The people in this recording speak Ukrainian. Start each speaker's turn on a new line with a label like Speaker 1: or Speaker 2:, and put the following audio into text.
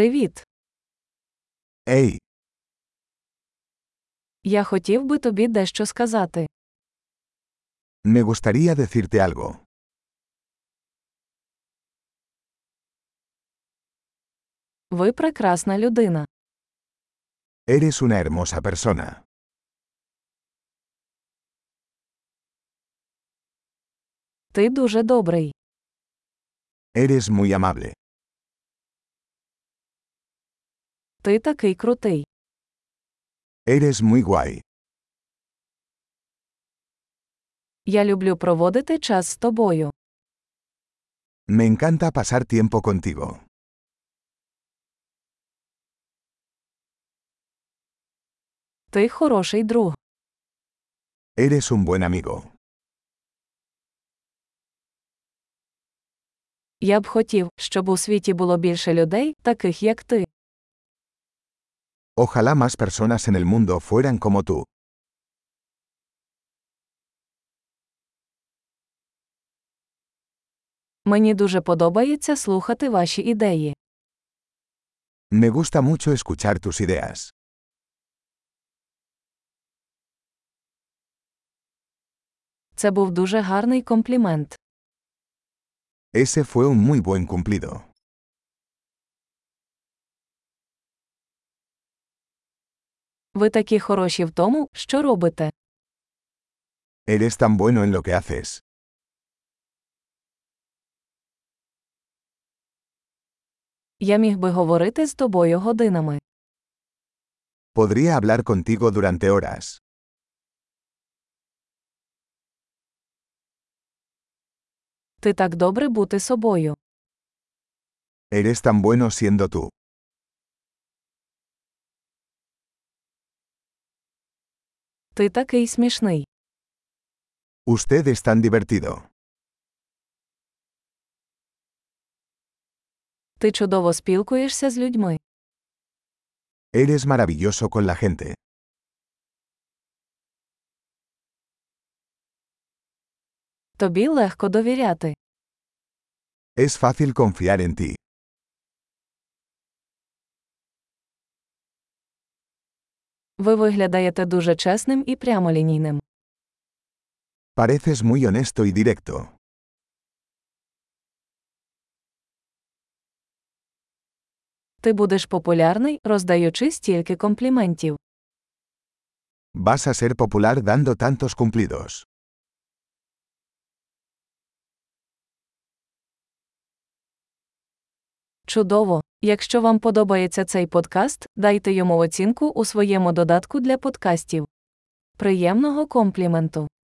Speaker 1: Привіт.
Speaker 2: Ей,
Speaker 1: Я хотів би тобі дещо сказати.
Speaker 2: me gustaría decirte algo.
Speaker 1: Ви прекрасна людина.
Speaker 2: Eres una hermosa persona.
Speaker 1: Ти дуже добрий.
Speaker 2: Eres muy amable.
Speaker 1: Ти такий крутий.
Speaker 2: Eres muy guay.
Speaker 1: Я люблю проводити час з тобою.
Speaker 2: Me encanta pasar tiempo contigo.
Speaker 1: Ти хороший друг.
Speaker 2: Eres un buen amigo.
Speaker 1: Я б хотів, щоб у світі було більше людей, таких як ти.
Speaker 2: Ojalá más personas en el mundo fueran como tú.
Speaker 1: Мені дуже подобається слухати ваші ідеї.
Speaker 2: Me gusta mucho escuchar tus ideas.
Speaker 1: Це був дуже гарний комплімент.
Speaker 2: Ese fue un muy buen cumplido.
Speaker 1: Ви такі хороші в тому, що робите.
Speaker 2: Eres tan bueno en lo que haces.
Speaker 1: Я міг би говорити з тобою годинами.
Speaker 2: Podría hablar contigo durante horas.
Speaker 1: Ти так добре бути собою.
Speaker 2: Eres tan bueno siendo tú.
Speaker 1: Ти такий смішний.
Speaker 2: Usted es tan divertido.
Speaker 1: Ти чудово спілкуєшся з людьми.
Speaker 2: Eres maravilloso con la gente.
Speaker 1: Тобі легко довіряти.
Speaker 2: Es fácil confiar en ti.
Speaker 1: Ви виглядаєте дуже чесним і прямолінійним.
Speaker 2: Pareces muy honesto y directo.
Speaker 1: Ти будеш популярний, роздаючи стільки компліментів.
Speaker 2: Vas a ser popular dando tantos cumplidos.
Speaker 1: Чудово! Якщо вам подобається цей подкаст, дайте йому оцінку у своєму додатку для подкастів. Приємного компліменту!